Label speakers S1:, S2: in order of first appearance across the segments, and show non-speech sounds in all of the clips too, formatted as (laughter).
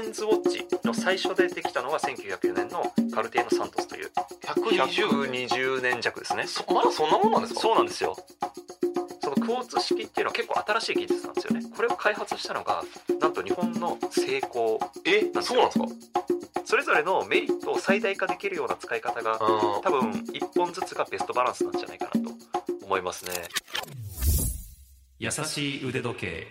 S1: ンズウォッチの最初でできたのが1904年のカルティエのサントスという
S2: 120
S1: 120年弱ですね
S2: そまだそんなもんなんですか
S1: そうなんですよそのクォーツ式っていうのは結構新しい技術なんですよねこれを開発したのがなんと日本の成功
S2: えそうなんですか
S1: それぞれのメリットを最大化できるような使い方が
S2: あ
S1: 多分1本ずつがベストバランスなんじゃないかなと思いますね優しい腕時計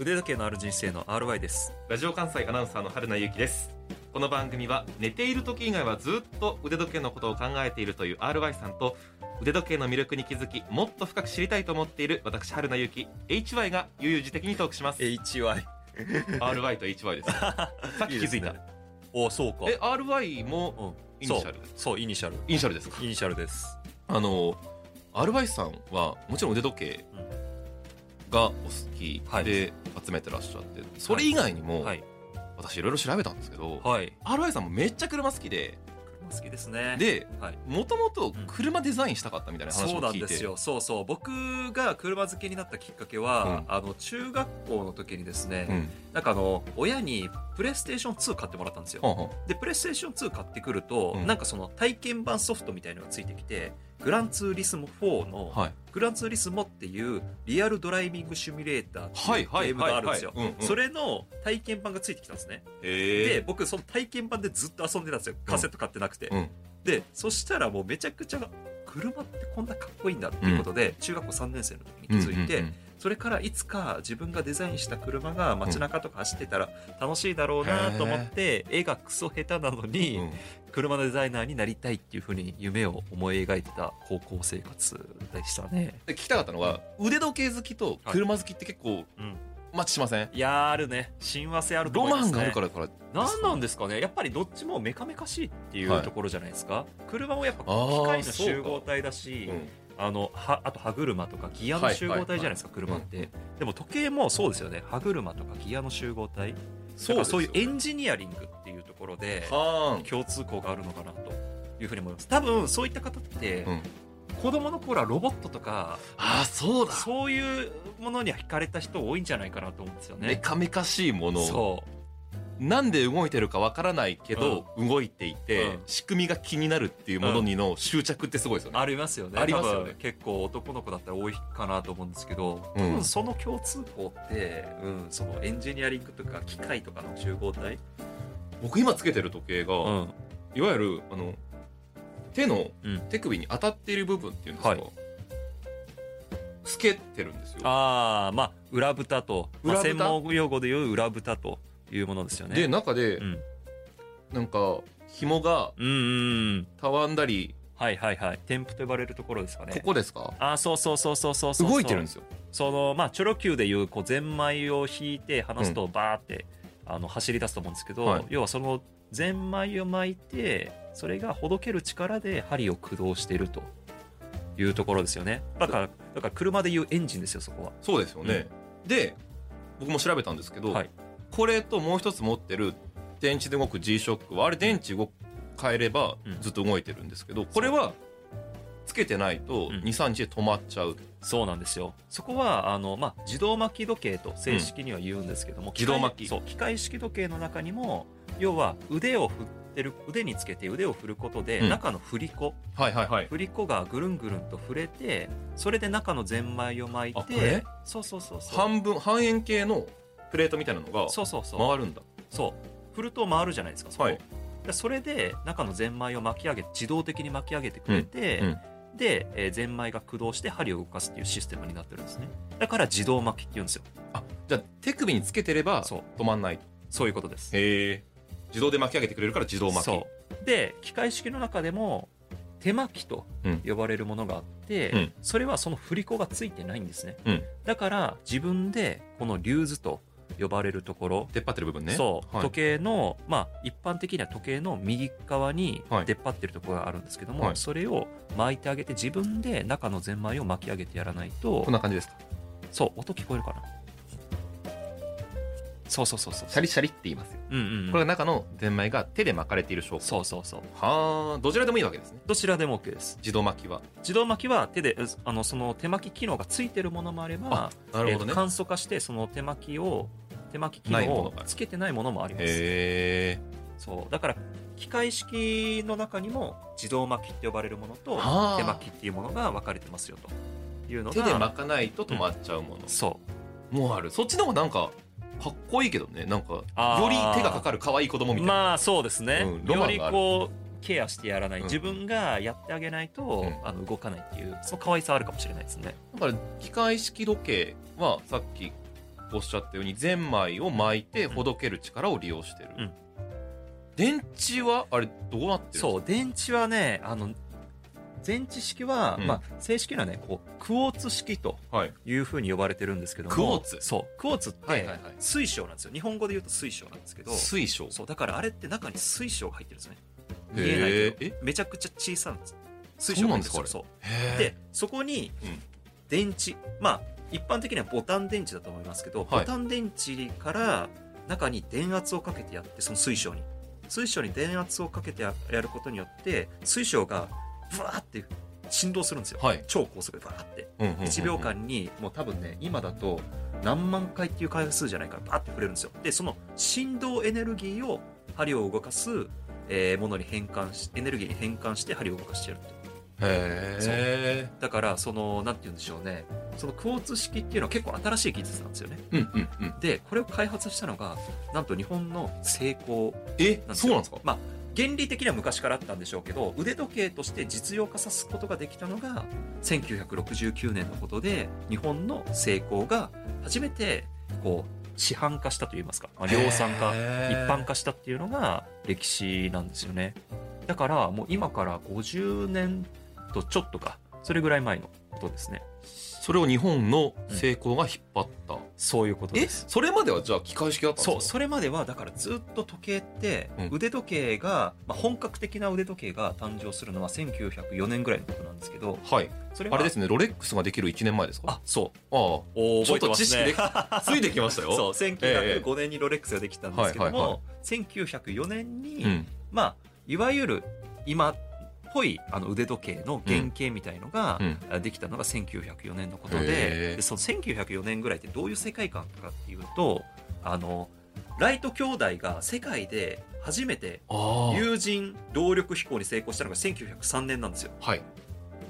S1: 腕時計のある人生の RY です
S2: ラジオ関西アナウンサーの春名由紀ですこの番組は寝ている時以外はずっと腕時計のことを考えているという RY さんと腕時計の魅力に気づきもっと深く知りたいと思っている私春名由紀 HY が悠々自適にトークします
S3: (laughs) HY
S2: RY と HY ですさっき気づい
S3: です
S2: た
S3: ねおそうか
S2: え RY も
S3: うん、
S2: イニシャルです
S3: そうそうイニシャル
S2: イニシャルですか
S3: イニシャルです
S2: あのアルバイスさんはもちろん腕時計がお好き
S3: はい
S2: で集めてらっしゃって、それ以外にも、
S3: はい
S2: 私いろいろ調べたんですけど、
S3: はい
S2: アルバイスさんもめっちゃ車好きで
S3: 車好きですね
S2: で
S3: はい
S2: もともと車デザインしたかったみたいな話
S3: そ
S2: を
S3: うなん
S2: 聞い
S3: で
S2: て、
S3: すよそうそう僕が車好きになったきっかけは、
S2: う
S3: あの中学校の時にですね、
S2: うん
S3: なんかあの親にプレイステーション2買ってもらったんですよ
S2: はんはん
S3: でプレイステーション2買ってくると、
S2: うん
S3: なんかその体験版ソフトみたいのがついてきてグランツーリスモ4の、
S2: はい
S3: グランツーリスモっていうリアルドライビングシミュレーターっていうゲームがあるんですよ
S2: はいはいはいはいうんうん
S3: それの体験版がついてきたんですね、で
S2: へ
S3: 僕その体験版でずっと遊んでたんですよカセット買ってなくて、
S2: うん
S3: でそしたらもうめちゃくちゃ車ってこんなかっこいいんだっていうことで、中学校3年生の時に気
S2: え
S3: づいて、それからいつか自分がデザインした車が街中とか走ってたら楽しいだろうなと思って、絵がクソ下手なの
S2: うんうん
S3: に、車のデザイナーになりたいっていうふうに夢を思い描いてた高校生活でしたね。
S2: で聞きたかったのは腕時計好きと車好きって結構
S3: うん
S2: マッチしません、
S3: いやーあるね。親和性あると
S2: ロ
S3: 思いま
S2: マ
S3: す
S2: ン
S3: ね。。
S2: があるかららから
S3: 何なんですかねやっぱりどっちもメカメカしいってい
S2: は
S3: う
S2: い
S3: ところじゃないですか、車もやっぱ機
S2: あー
S3: 械の
S2: そうか
S3: 集合体だし、
S2: うん
S3: あのはあと歯車とかギアの集合体じゃないですか、車って、でも時計もそうですよね歯車とかギアの集合体だからそういうエンジニアリングっていうところで
S2: はーん
S3: 共通項があるのかなというふうに思います多分そういった方って
S2: うん
S3: 子供の頃はロボットとか
S2: ああそうだ
S3: そういうものに惹かれた人多いんじゃないかなと思うんですよ
S2: メ
S3: ね。
S2: カメカしいもの
S3: そう
S2: なんで動いてるかわからないけど、動いていて、
S3: うん
S2: 仕組みが気になるっていうものにの執着ってすごいですよね。
S3: ありますよね
S2: ありますよね
S3: 多分結構男の子だったら多いかなと思うんですけど、
S2: うん
S3: 多分その共通項って、うん、そのエンジニアリングとか機械とかの集合体、
S2: 僕今つけてる時計が、
S3: うん、
S2: いわゆるあの手の
S3: うん
S2: 手首に当たっている部分っていうんですか、
S3: はい
S2: 透けてるんですよ。
S3: ああまあ裏蓋と、まあ
S2: 裏蓋
S3: 専門用語でいう裏蓋というものですよね。
S2: で中で、
S3: うん、
S2: なんか紐が
S3: うんうんうん
S2: たわんだり、
S3: はいはいはい添付と呼ばれるところですかね
S2: ここですか
S3: あそうそうそうそうそうそう
S2: 動いてるんですよ。
S3: そのまあチョロ Q でいうこうゼンマイを引いて離すとバーって、あの走り出すと思うんですけど、
S2: はい
S3: 要はそのゼンマイを巻いてそれがほどける力で針を駆動しているというところですよねだからだから車でいうエンジンですよそこは
S2: そうですよね。で僕も調べたんですけど、
S3: はい
S2: これともう一つ持ってる電池で動く G ショックはあれ電池を変えれば
S3: うん
S2: ずっと動いてるんですけど、これはつけてないと
S3: うん
S2: 23日で止まっちゃう、
S3: そうなんですよそこはあの、まあ、自動巻き時計と正式には言うんですけども、機械
S2: 自動巻き
S3: そう機械式時計の中にも要は腕を振ってる腕につけて腕を振ることで、
S2: うん
S3: 中の振り子
S2: はいはいはい
S3: 振り子がぐるんぐるんと触れてそれで中のゼンマイを巻い
S2: あこれ
S3: てそうそうそうそう
S2: 半分半円形のプレートみたいなのが
S3: そうそうそう
S2: 回るんだ
S3: そう振ると回るじゃないですかそこ、
S2: はい
S3: でそれで中のゼンマイを巻き上げ自動的に巻き上げてくれて、
S2: うん
S3: で、えー、ゼンマイが駆動して針を動かすっていうシステムになってるんですねだから自動巻きっていうんですよ
S2: あじゃあ手首につけてれば
S3: そう
S2: 止まんないと
S3: そういうことです
S2: へえ自動で巻き上げてくれるから自動巻き
S3: そうで機械式の中でも手巻きと呼ばれるものがあって、
S2: うん
S3: それはその振り子がついてないんですね、
S2: うん
S3: だから自分でこのリューズと呼ばれるところ、
S2: 出っ張ってる部分ね
S3: そう、
S2: はい
S3: 時計のまあ一般的には時計の右側に
S2: はい
S3: 出っ張ってるところがあるんですけども、
S2: はい
S3: それを巻いてあげて自分で中のゼンマイを巻き上げてやらないと、
S2: こんな感じですか
S3: そう音聞こえるかなそうそうそうそう
S2: シャリシャリって言いますよ、
S3: うんうんうん
S2: これが中のゼンマイが手で巻かれている証拠
S3: そうそうそう
S2: はあどちらでもいいわけですね
S3: どちらでも OK です
S2: 自動巻きは
S3: 自動巻きは手でうあのその手巻き機能がついてるものもあれば
S2: な
S3: えーと簡素化してその手巻きを手巻き機
S2: ない
S3: 能
S2: もの
S3: を
S2: がある
S3: つけてないものもあります
S2: へえ
S3: そうだから機械式の中にも自動巻きって呼ばれるものと
S2: あー
S3: 手巻きっていうものが分かれてますよというの
S2: 手
S3: が
S2: で巻かないと止まっちゃうもの、
S3: そう
S2: もうあるそっちの方がなんかかっこいいけどねなんかよ
S3: あー
S2: り手がかかる可愛い子供みたいな、
S3: まあそうですね、
S2: うんロマ
S3: よ
S2: ン
S3: り
S2: がある
S3: こうケアしてやらない、
S2: うん
S3: 自分がやってあげないと、
S2: うん
S3: あの動かないっていうその可愛さあるかもしれないですね
S2: だから機械式時計はさっきおっしゃったようにゼンマイを巻いてほどける力を利用してる、
S3: うん
S2: 電池はあれどうなってるんですか
S3: そう電池はねあの電池式は、
S2: うん
S3: まあ、正式にはねこうクォーツ式と
S2: はい
S3: いうふうに呼ばれてるんですけども
S2: クォーツ
S3: そうクォーツっ
S2: はい
S3: て
S2: はいはい
S3: 水晶なんですよ日本語で言うと水晶なんですけど
S2: 水晶
S3: そうだからあれって中に水晶が入ってるんですね見
S2: へー
S3: えないけ
S2: え
S3: どめちゃくちゃ小さなんです水
S2: そう
S3: 晶
S2: な
S3: なんん
S2: で
S3: ですす
S2: かあ
S3: よ
S2: れ
S3: そう
S2: へー
S3: でそこに
S2: うん
S3: 電池まあ一般的にはボタン電池だと思いますけど、
S2: はい
S3: ボタン電池から中に電圧をかけてやってその水晶に水晶に電圧をかけてややることによって水晶がブワーって振動するんですよ、
S2: はい
S3: 超高速でバーって
S2: うんうんうんうん
S3: 1秒間にもう多分ね今だと何万回っていう回数じゃないからバーって触れるんですよでその振動エネルギーを針を動かす、えーものに変換しエネルギーに変換して針を動かしてやると
S2: へ
S3: だからそのなんて言うんでしょうねそのクォーツ式っていうのは結構新しい技術なんですよね
S2: えうんうんうん
S3: でこれを開発したのがなんと日本の成功
S2: え
S3: なんです
S2: そう
S3: よ
S2: なんですか
S3: まあ原理的には昔からあったんでしょうけど腕時計として実用化さすことができたのが1969年のことで日本の成功が初めてこう市販化したといいますか、まあ、量産化
S2: へ
S3: 一
S2: ー
S3: 般化したっていうのが歴史なんですよねだからもう今から50年とちょっとかそれぐらい前のことですね
S2: それを日本の成功が引っ張った、
S3: そういうこと
S2: え
S3: です
S2: それまではじゃあ機械式だったんです
S3: そ
S2: か
S3: うそれまではだからずっと時計って
S2: うん
S3: 腕時計が、まあ、本格的な腕時計が誕生するのは1904年ぐらいのことなんですけど
S2: はい
S3: それは
S2: あれですねロレックスができる1年前ですか
S3: あそう
S2: ああ
S3: お
S2: 覚えてますねついてきま (laughs) したよ
S3: そう1905年にロレックスができたんですけども、
S2: はいはいは
S3: 1904年に、
S2: うん
S3: まあいわゆる今っぽいあの腕時計の原型みたいのが
S2: うん、
S3: あできたのが1904年のこと
S2: へ
S3: で
S2: ー
S3: でその1904年ぐらいってどういう世界観かっていうとあのライト兄弟が世界で初めて
S2: ああ
S3: 有人動力飛行に成功したのが1903年なんですよ
S2: はい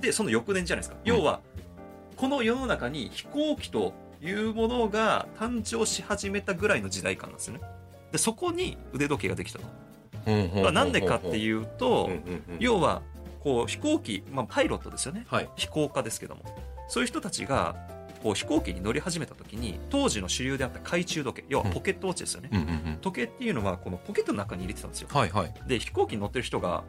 S3: でその翌年じゃないですか
S2: うん
S3: 要はこの世の中に飛行機というものが誕生し始めたぐらいの時代感なんですよねでそこに腕時計ができたとまあなんでかって
S2: う
S3: いうと、
S2: んうんうん
S3: 要はこう飛行機、まあ、パイロットですよね
S2: はい
S3: 飛行家ですけどもそういう人たちがこう飛行機に乗り始めた時に当時の主流であった懐中時計要はポケットウォッチですよね、
S2: うんうんうん
S3: 時計っていうのはこのポケットの中に入れてたんですよ
S2: はいはい
S3: で飛行機に乗ってる人が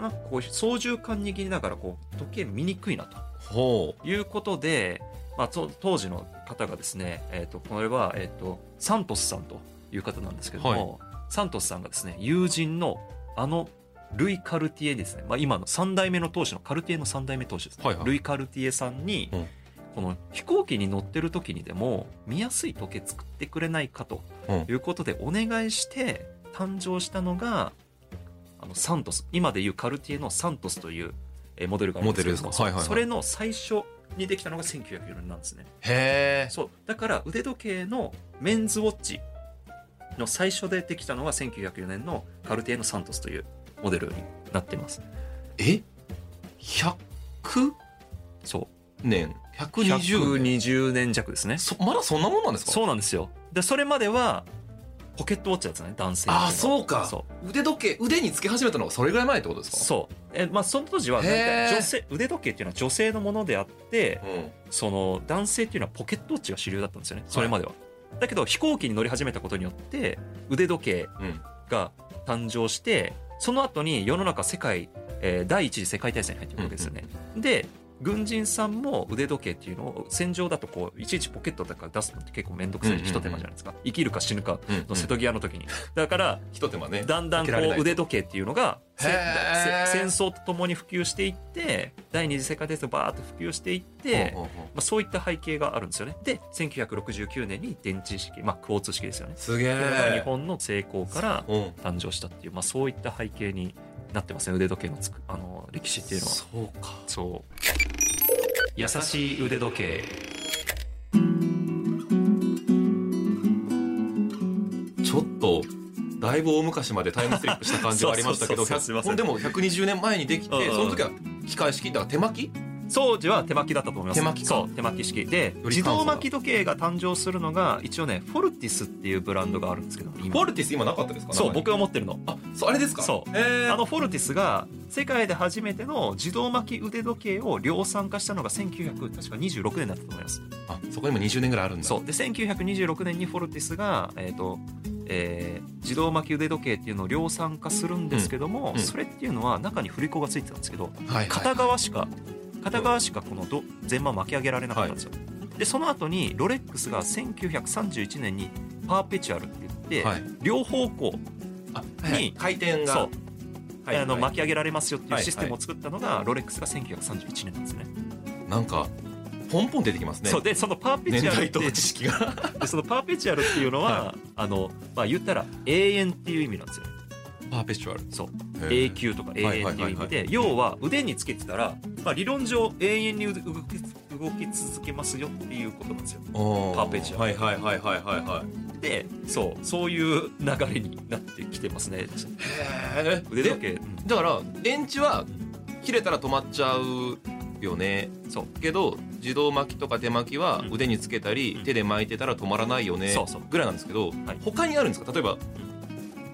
S3: なんかこう操縦桿握りながらこう時計見にくいなと
S2: ほう
S3: いうことで、まあ、と当時の方がですね、えー、とこれは、えー、とサントスさんという方なんですけども、サントスさんがですね友人のあのルイ・カルティエですね、まあ、今の3代目の当主のカルティエの3代目当主ですね、
S2: はいはい
S3: ルイ・カルティエさんに、
S2: うん
S3: この飛行機に乗ってる時にでも見やすい時計作ってくれないかと
S2: う
S3: い
S2: ん
S3: うことでお願いして誕生したのがあのサントス今でいうカルティエのサントスというえーモデルがあるんですけど
S2: モ
S3: も
S2: デルですかはいはいはい
S3: それの最初にできたのが1904年なんですね
S2: へえ
S3: そうだから腕時計のメンズウォッチの最初でできたのが1904年のカルティエのサントスというモデルになってます
S2: え100
S3: そう
S2: 年120年
S3: 120年弱ですね
S2: そまだそんなもんなんですか
S3: そうなんですよでそれまではポケットウォッチだったね男性の
S2: ああそうか
S3: そう
S2: 腕時計腕につけ始めたのがそれぐらい前ってことですか
S3: そうえまあその当時はなん
S2: へー
S3: か女性腕時計っていうのは女性のものであって
S2: うん
S3: その男性っていうのはポケットウォッチが主流だったんですよねそれまでは、だけど飛行機に乗り始めたことによって腕時計
S2: うん
S3: が誕生してその後に世の中世界、えー第一次世界大戦に入っていくわけですよね、で軍人さんも腕時計っていうのを戦場だとこういちいちポケットだから出すのって結構面倒くさいし
S2: うんうんう
S3: 一
S2: ん
S3: 手間じゃないですか生きるか死ぬか
S2: うん
S3: の瀬戸際の時
S2: (laughs)
S3: にだから
S2: ひと手間ね
S3: だんだんこ
S2: 開けられないう
S3: 腕時計っていうのがせ
S2: へー
S3: せ戦争とともに普及していって第二次世界大戦バーッと普及していって
S2: ほうほうほう
S3: まあ、そういった背景があるんですよね。で、1969年に電池式、まあ、クォーツ式ですよね。
S2: すげ
S3: これが日
S2: え
S3: 本の成功から
S2: うん
S3: 誕生したっていう、まあ、そういった背景になってますね、腕時計のつくあの歴史っていうのは。
S2: そうか
S3: そう。優しい腕時計。
S2: ちょっとだいぶ大昔までタイムスリップした感じはありましたけど
S3: そうそうそうそうすいません
S2: 100でも120年前にでき
S3: うん
S2: て
S3: うん
S2: その時は機械式だから手巻き
S3: 当時は手巻きだったと思います。
S2: 手巻きか
S3: そう、手巻き式。で、
S2: より
S3: 自
S2: 簡素だ
S3: 動巻き時計が誕生するのが、一応ね、フォルティスっていうブランドがあるんですけど、
S2: フ
S3: 今
S2: ォルティス今なかったですか
S3: そう、
S2: 名前
S3: 僕が持ってるの。
S2: あそうあれですか
S3: そう
S2: え
S3: あのフォルティスが世界で初めての自動巻き腕時計を量産化したのが1926年だったと思います。
S2: あそこにも20年ぐらいあるんだ
S3: そうで1926年にフォルティスが、えーとえー自動巻き腕時計っていうのを量産化するんですけども、
S2: うんうん
S3: それっていうのは中に振り子がついてたんですけど
S2: はいはい
S3: 片側しか片側しかこのど全面巻き上げられなかったんですよ。でその後にロレックスが1931年にパーペチュアルって言って、
S2: はい
S3: 両方向
S2: あ
S3: に
S2: はい回転が
S3: そう
S2: はい
S3: あの
S2: はい
S3: 巻き上げられますよっていう
S2: はい
S3: システムを作ったのがロレックスが1931年なんですね。
S2: なんかポンポン出てきますね
S3: そうでそのパーペ
S2: 年
S3: チュアルっ
S2: 代
S3: て
S2: とか知識が
S3: でそのパーペチュアルっていうのは、あのまあ言ったら永遠っていう意味なんですよね。
S2: パーペチュアル
S3: そう
S2: へえ
S3: 永久とか永遠っていう意
S2: は
S3: 味
S2: いはいはい
S3: で要は腕につけてたら、まあ、理論上永遠に動き動き続けますよっていうことなんですよ。
S2: お
S3: パーペチュア
S2: ルはいはいはいはいはいはい
S3: でそうそういう流れになってきてますね。
S2: へえ
S3: 腕時計、うん
S2: だから電池は切れたら止まっちゃうよね
S3: そう
S2: けど自動巻きとか手巻きは
S3: うん
S2: 腕につけたり、
S3: うん
S2: 手で巻いてたら止まらないよね
S3: そうそう
S2: ぐらいなんですけど、
S3: はい
S2: 他にあるんですか例えば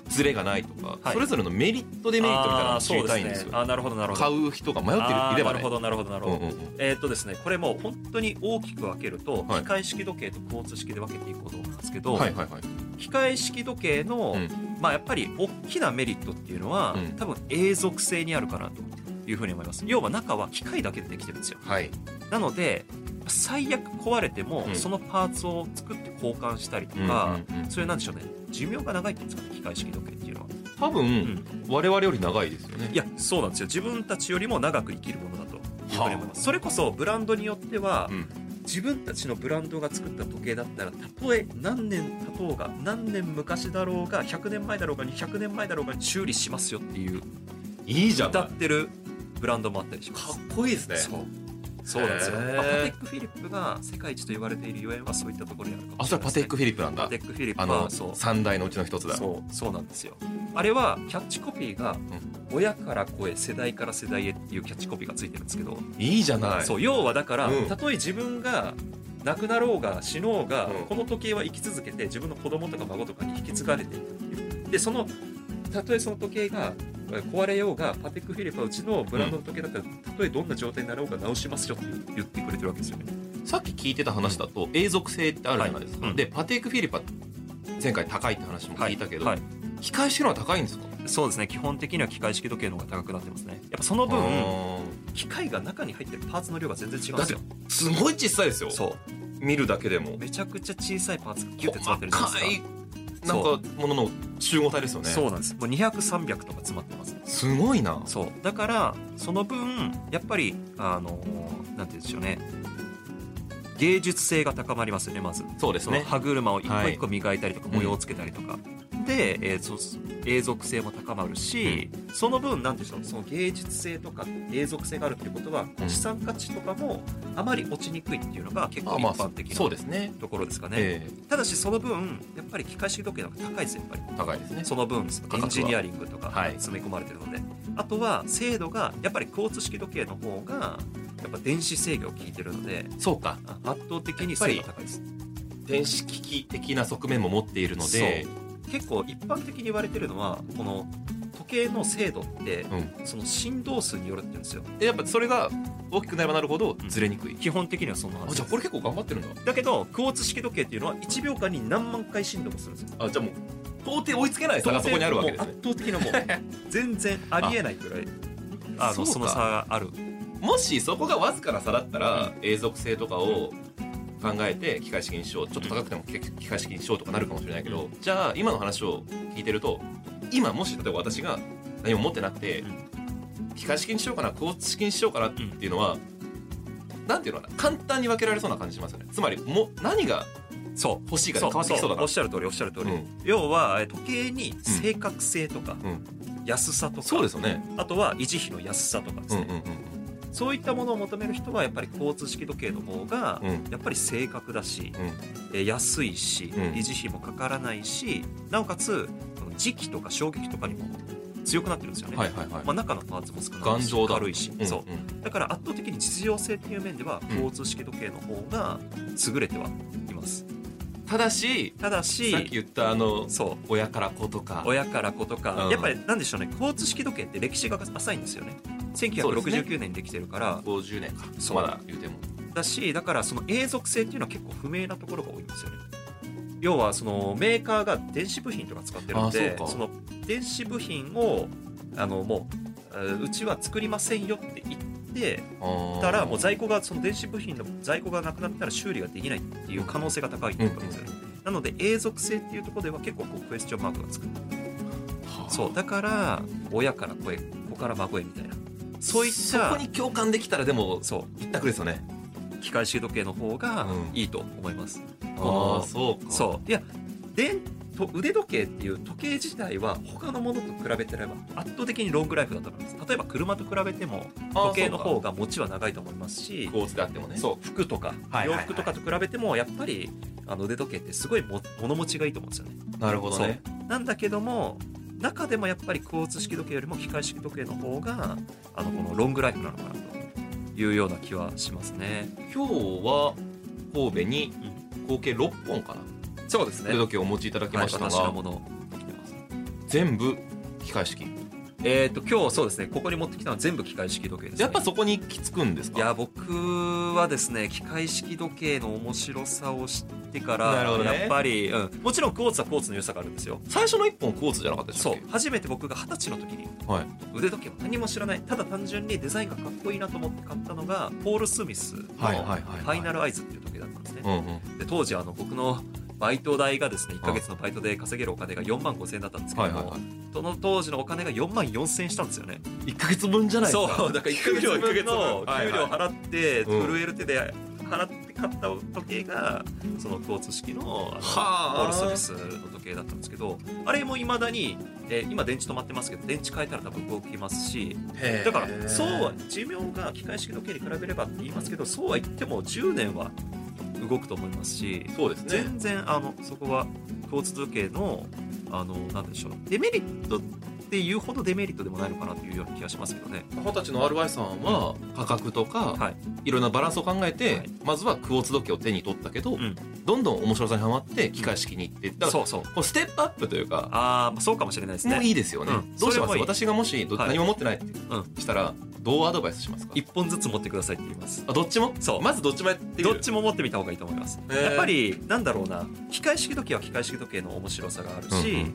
S2: ズレがないとか、
S3: はい
S2: それぞれのメリットデメリットみたいなの
S3: あ
S2: を
S3: ー
S2: 知
S3: そう
S2: り
S3: で
S2: た
S3: す
S2: いんです
S3: ね
S2: よ。。
S3: あーなるほどなるほど。
S2: 買う人が迷って
S3: あ
S2: る
S3: ー
S2: いれば
S3: な
S2: ね
S3: るほどなるほどなる
S2: うん
S3: ほ
S2: う
S3: ど
S2: ん。うん
S3: えーっとですね、これもう本当に大きく分けると、
S2: はい
S3: 機械式時計と交通式で分けていこうと思うんですけど、
S2: はいはいはい
S3: 機械式時計の、
S2: うん
S3: まあ、やっぱり大きなメリットっていうのは、
S2: うん
S3: 多分永続性にあるかなというふうに思います要は中は機械だけでできてるんですよ
S2: はい
S3: なので最悪壊れても、
S2: うん
S3: そのパーツを作って交換したりと
S2: うん
S3: か、
S2: うんうん
S3: それなんでしょうね寿命が長いっていうんですかね機械式時計っていうのは、
S2: 多分、
S3: ん
S2: 我々より長いですよね
S3: いやそうなんですよ自分たちよりも長く生きるものだというふうに思います、それこそブランドによっては、
S2: うん
S3: 自分たちのブランドが作った時計だったらたとえ何年経とうが何年昔だろうが100年前だろうが200年前だろうが修理しますよっていう
S2: いいじゃん
S3: 歌
S2: か
S3: っ
S2: って
S3: るブランドもあったりします
S2: こいいですね
S3: そうそうなんですよ
S2: へ
S3: ま
S2: ー
S3: あパテック・フィリップが世界一と言われているゆえんはそういったところにあるかも
S2: あ
S3: し
S2: そ
S3: れ
S2: れ
S3: ない
S2: パテック・フィリップなん
S3: パ
S2: だ
S3: テック・フィリッ
S2: あ
S3: プは
S2: の
S3: そう
S2: 三大のうちの一つだ
S3: そうそうなんですよあれはキャッチコピーが「親から子へ世代から世代へ」っていうキャッチコピーがついてるんですけど、
S2: いいじゃない
S3: そう要はだから、
S2: うん
S3: たとえ自分が亡くなろうが死のうが、
S2: うん
S3: この時計は生き続けて自分の子供とか孫とかに引き継がれていくっていうでそのたとえその時計がえー壊れようがパテック・フィリップはうちのブランドの時計だったら、たとえどんな状態になろうが直しますよって言ってくれてるわけですよね。
S2: さっき聞いてた話だと永続性ってあるじゃないですか、
S3: はいうん
S2: でパテイク・フィリパ前回高いって話も聞いたけど、
S3: はい
S2: 機械式のは高いんですか
S3: そうですね基本的には機械式時計の方が高くなってますねやっぱその分
S2: あ
S3: 機械が中に入ってるパーツの量が全然違うん
S2: ーだ
S3: で
S2: っ
S3: す
S2: て
S3: よ
S2: すごい小さいですよ
S3: そ
S2: 見るだけでも
S3: うめちゃくちゃ小さいパーツがギュッて詰
S2: 細
S3: まってるじゃない
S2: か
S3: です
S2: い
S3: か
S2: なんかものの集合体ですよね
S3: そうなんですもう200300とか詰まってますね
S2: すごいな
S3: そうだからその分やっぱりあのなんて言うんでしょうね芸術性が高まりますよねまず
S2: そうで
S3: その歯車を一個一個磨いたりとか、
S2: はい
S3: 模様をつけたりとか、で、えーそう永続性も高まるし、その分なんて言うんでしょうその芸術性とか永続性があるっていうことは
S2: うん
S3: 資産価値とかもあまり落ちにくいっていうのが結
S2: ま
S3: 構
S2: あ
S3: 一
S2: ま
S3: 般
S2: あ
S3: 的
S2: そう
S3: な
S2: ですね
S3: ところですかね、
S2: え
S3: ただしその分やっぱり機械式時計の方が高いですよやっぱり。
S2: え高いですね
S3: その分
S2: 格
S3: エ
S2: は
S3: ンジニアリングとか
S2: はい
S3: 詰め込まれてるので、あとは精度がやっぱり交通式時計の方がやっぱ電子制御を効いてるので
S2: そうか
S3: あ圧倒的に精度が高いです
S2: 電子機器的な側面も持っているので
S3: 結構一般的に言われてるのはこの時計の精度って、
S2: う
S3: その振動数によるって言うんですよ
S2: でやっぱそれが大きくなればなるほどずれにくい、
S3: 基本的にはその話
S2: あじゃあこれ結構頑張ってるんだ
S3: だけどクォーツ式時計っていうのは1秒間に何万回振動もするんですよ
S2: あじゃあもう到底追いつけない差がそこにあるわけです
S3: も
S2: ね
S3: う圧倒的なもう全然ありえないくらいあの
S2: そうか
S3: その差がある
S2: (laughs) もしそこがわずかな差だったら永続性とかを考えて機械式にしようちょっと高くても機機械式にしようとかなるかもしれないけどじゃあ今の話を聞いてると今もし例えば私が何も持ってなくて機械式にしようかな交通式にしようかなっていうのはなんていうのかな簡単に分けられそうな感じしますよねつまりも何が
S3: そう
S2: 欲しいか
S3: そ
S2: 変
S3: う
S2: わってきそうだな
S3: おっしゃる通りおっしゃる通り、
S2: うん
S3: 要はえー時計に正確性とか、
S2: うん
S3: 安さとか
S2: そうですよね
S3: あとは維持費の安さとかです
S2: うん
S3: ね、
S2: うん
S3: そういったものを求める人はやっぱり交通式時計の方が
S2: うんうん
S3: やっぱり正確だし、
S2: うん
S3: えー安いし、
S2: うん
S3: 維持費もかからないしなおかつその時期とか衝撃とかにも強くなってるんですよね、
S2: はいはいはい
S3: まあ、中のパーツも少ないし
S2: 頑丈だ
S3: 軽いし、
S2: うん
S3: そう
S2: うん
S3: だから圧倒的に実用性っていう面では
S2: うん
S3: 交通式時計の方が優れてはいます
S2: ただした
S3: だ
S2: さっき
S3: し
S2: 言ったあの
S3: そう
S2: 親から子とか
S3: 親から子とか、
S2: うん
S3: やっぱりなんでしょうね交通式時計って歴史が浅いんですよね
S2: そうですね
S3: 1969年にできてるから、
S2: 50年か
S3: そう
S2: まだ言うても
S3: だしだからその永続性っていうのは結構不明なところが多いんですよね要はそのメーカーが電子部品とか使ってるんで
S2: あそうか
S3: の電子部品をあのもうえーうちは作りませんよって言ってたらもう在庫がその電子部品の在庫がなくなったら修理ができないっていう可能性が高いってことなんですよね、なので永続性っていうところでは結構こうクエスチョンマークがつくそうだから親から子へ子から孫へみたいなそういった
S2: そこに共感できたらでも
S3: そ
S2: 一択ですよね
S3: う機械式時計の方が
S2: うん
S3: いいと思います、
S2: ああそうか
S3: そういやでと腕時計っていう時計自体は他のものと比べてれば圧倒的にロングライフだと思います例えば車と比べても
S2: う
S3: 時計の方が持ちは長いと思いますし
S2: コースであってもね
S3: そう服とか
S2: はいはい
S3: 洋
S2: はい
S3: 服とかと比べてもやっぱりあの腕時計ってすごいも物持ちがいいと思うんですよね
S2: なるほどね
S3: なんだけども中でもやっぱり交通式時計よりも機械式時計の方があのこのロングライフなのかなというような気はしますね
S2: 今日は神戸に合計6本かな
S3: そうです
S2: 腕時計をお持ちいただきました
S3: 私の
S2: が
S3: ものを
S2: 全部機械式
S3: えっ、と今日そうですねここに持ってきたのは全部機械式時計です、ね、
S2: やっぱそこに行き着くんです
S3: いや
S2: か
S3: 僕はですね機械式時計の面白さを知ってか
S2: なるほ
S3: ら、
S2: どね
S3: やっぱり、うん、もちろんクォーツはクォーツの良さがあるんですよ
S2: 最初の1本コースじゃなかったでした
S3: そ
S2: っ
S3: う
S2: け
S3: 初めて僕が二十歳の時に、
S2: はい
S3: 腕時計も何も知らないただ単純にデザインがかっこいいなと思って買ったのがポール・スミスのフ
S2: はいはいはいは
S3: ァ
S2: い
S3: イナルアイズっていう時計だったんですね、
S2: うんうん
S3: で当時あの僕のバイト代がですね1ヶ月のバイトで稼げるお金が4万5千円だったんですけ
S2: は
S3: ど
S2: い
S3: も、
S2: はいはい
S3: その当時のお金が4万4千円したんですよね
S2: 1ヶ月分じゃないですか
S3: そうだから1ヶ月
S2: 1ヶ
S3: 分
S2: 月分
S3: の
S2: はい
S3: 給料
S2: は
S3: 払って
S2: うん
S3: 震える手で払って買った時計がその交通式のあの
S2: はあ
S3: ポール・スミスの時計だったんですけどあれもいまだに、えー今電池止まってますけど電池変えたら多分動きますし
S2: へー
S3: だからそうは寿命が機械式時計に比べればって言いますけどそうは言っても10年は動くと思いますし
S2: そうですね
S3: 全然あのそこは交通時計のあのなんでしょうデメリットっていうほどデメリットでもないのかなというような気がしますけどね。
S2: 二十歳の RY さんは価格とか、
S3: はい
S2: い、ろんなバランスを考えて、
S3: はい
S2: まずはクォーツ時計を手に取ったけど、
S3: ん
S2: どんどん面白さにはまって機械式に行ってだから
S3: そうそう。
S2: こうステップアップというか
S3: ああ、そうかもしれないです
S2: もう
S3: ね。
S2: いいですよね、
S3: うん
S2: どうし
S3: それ
S2: ます
S3: もいい
S2: 私がもしど
S3: はい
S2: 何も持ってないって
S3: ん
S2: したら、どうアドバイスしますか
S3: 一本ずつ持ってくださいって言います。
S2: あどっちも
S3: そう
S2: まずどっちもやってみる
S3: どっちも持ってみた方がいいと思います。
S2: へー
S3: やっぱりなんだろうな、機械式時計は機械式時計の面白さがある
S2: うんうんう
S3: し
S2: ん、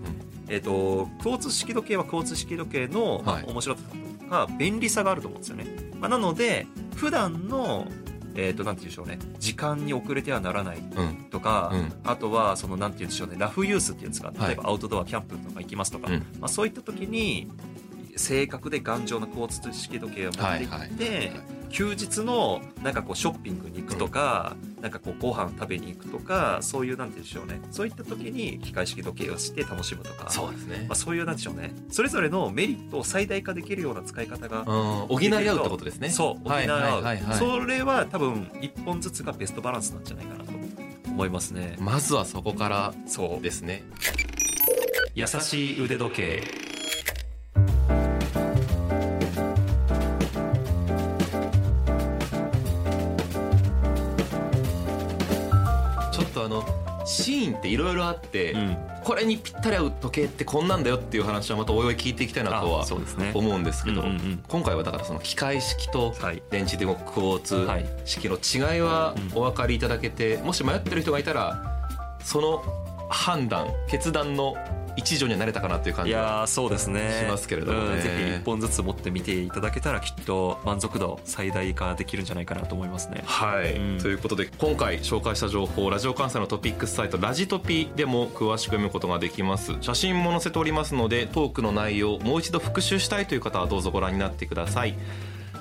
S3: えっと交通式時計は交通式時計の
S2: はい
S3: 面白さとか便利さがあると思うんですよね。まあなので普段のえっとなんて言うんでしょうね、時間に遅れてはならない
S2: うん
S3: とか
S2: う。ん
S3: あとはそのなんて言うんでしょうねラフユースっていうんですか
S2: はい
S3: 例えばアウトドアキャンプとか行きますとか、
S2: うん
S3: まあ、そういった時に正確で頑丈な交通式時計を持っていって、休日のなんかこうショッピングに行くとか、なんかこうご飯食べに行くとかそういうなんて言うんでしょうねそういった時に機械式時計をして楽しむとか
S2: そうですね
S3: まあ、、そういうなんでしょうねそれぞれのメリットを最大化できるような使い方が、
S2: うん、補い合うってことですね
S3: そう補い合う、
S2: はいはいはいはい
S3: それは多分一本ずつがベストバランスなんじゃないかなと思いますね。
S2: まずはそこから
S3: そう
S2: ですね
S3: 優しい腕時計
S2: ちょっとあのシーンっていろいろあって、
S3: うん
S2: これにぴったり合う時計ってこんなんだよっていう話はまたおいおい聞いていきたいなとは
S3: そうですね
S2: 思うんですけど、
S3: うんうんうん
S2: 今回はだからその機械式と
S3: はい
S2: 電池で動くクォ
S3: は
S2: ー
S3: い
S2: ツ式の違いは
S3: うん
S2: お分かりいただけてもし迷ってる人がいたらその判断決断の一条には慣れたかなという感
S3: い
S2: じは
S3: やーそうですね
S2: しますけれどもね
S3: うんぜひ一本ずつ持ってみていただけたらきっと満足度最大化できるんじゃないかなと思いますね
S2: はい、
S3: うん
S2: ということで今回紹介した情報ラジオ関西のトピックスサイトラジトピでも詳しく読むことができます写真も載せておりますのでトークの内容をもう一度復習したいという方はどうぞご覧になってください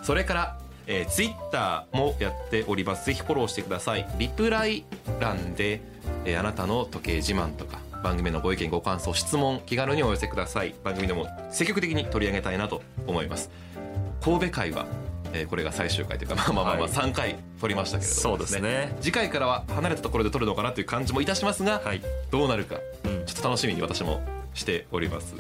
S2: それから、えー、Twitter もやっておりますぜひフォローしてくださいリプライ欄で、えーあなたの時計自慢とか番組のご意見ご感想質問気軽にお寄せください番組でも積極的に取り上げたいなと思います神戸会は、えーこれが最終回というかまあまあまあまあ
S3: はい
S2: 3回取りましたけれども
S3: そうですね
S2: 次回からは離れたところで取るのかなという感じもいたしますが、
S3: はい、
S2: どうなるか
S3: うん
S2: ちょっと楽しみに私もしております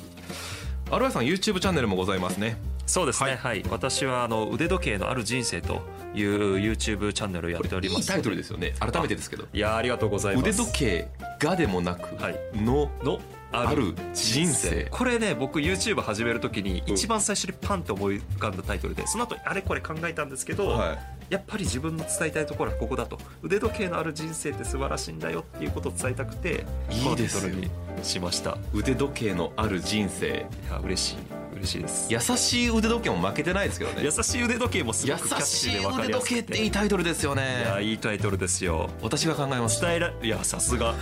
S2: アルワイさん YouTube チャンネルもございますね
S3: そうですねはい、私はあの腕時計のある人生という YouTube チャンネルをやっておりま
S2: いい
S3: す
S2: タイトルですよね改めてですけど
S3: いやーありがとうございます
S2: 腕時計がでもなく
S3: はい
S2: の
S3: の
S2: ある人生
S3: これね僕 YouTube 始めるときに一番最初にパンって思い浮かんだタイトルでその後あれこれ考えたんですけど、
S2: はい
S3: やっぱり自分の伝えたいところはここだと腕時計のある人生って素晴らしいんだよっていうことを伝えたくて
S2: いいですよ
S3: このタイトルにしましたい
S2: 腕時計のある人生
S3: や嬉しい嬉しいです
S2: 優しい腕時計も負けてないですけどね
S3: 優しい腕時計もすご
S2: 優
S3: くキャッチ
S2: し
S3: ー
S2: い
S3: で分か
S2: 腕
S3: りやす
S2: 時計
S3: く
S2: ってていいタイトルですよ
S3: いや
S2: ね
S3: いいタイトルですよ
S2: 私が考えました
S3: 伝えらいやさす
S2: (laughs)
S3: が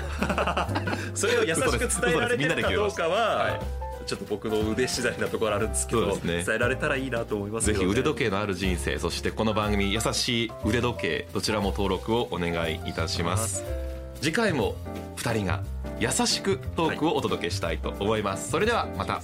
S3: それを優しく伝えられてるかどうか
S2: は
S3: はちょっと僕の腕次第なところあるんですけ
S2: そう
S3: ど、
S2: ですね
S3: 伝えられたらいいなと思います
S2: ぜ
S3: けど
S2: ひ
S3: ね
S2: 腕時計のある人生そしてこの番組優しい腕時計どちらも登録をお願いいたします次回も2人が優しくトークをお届けしたいと思います、それではまた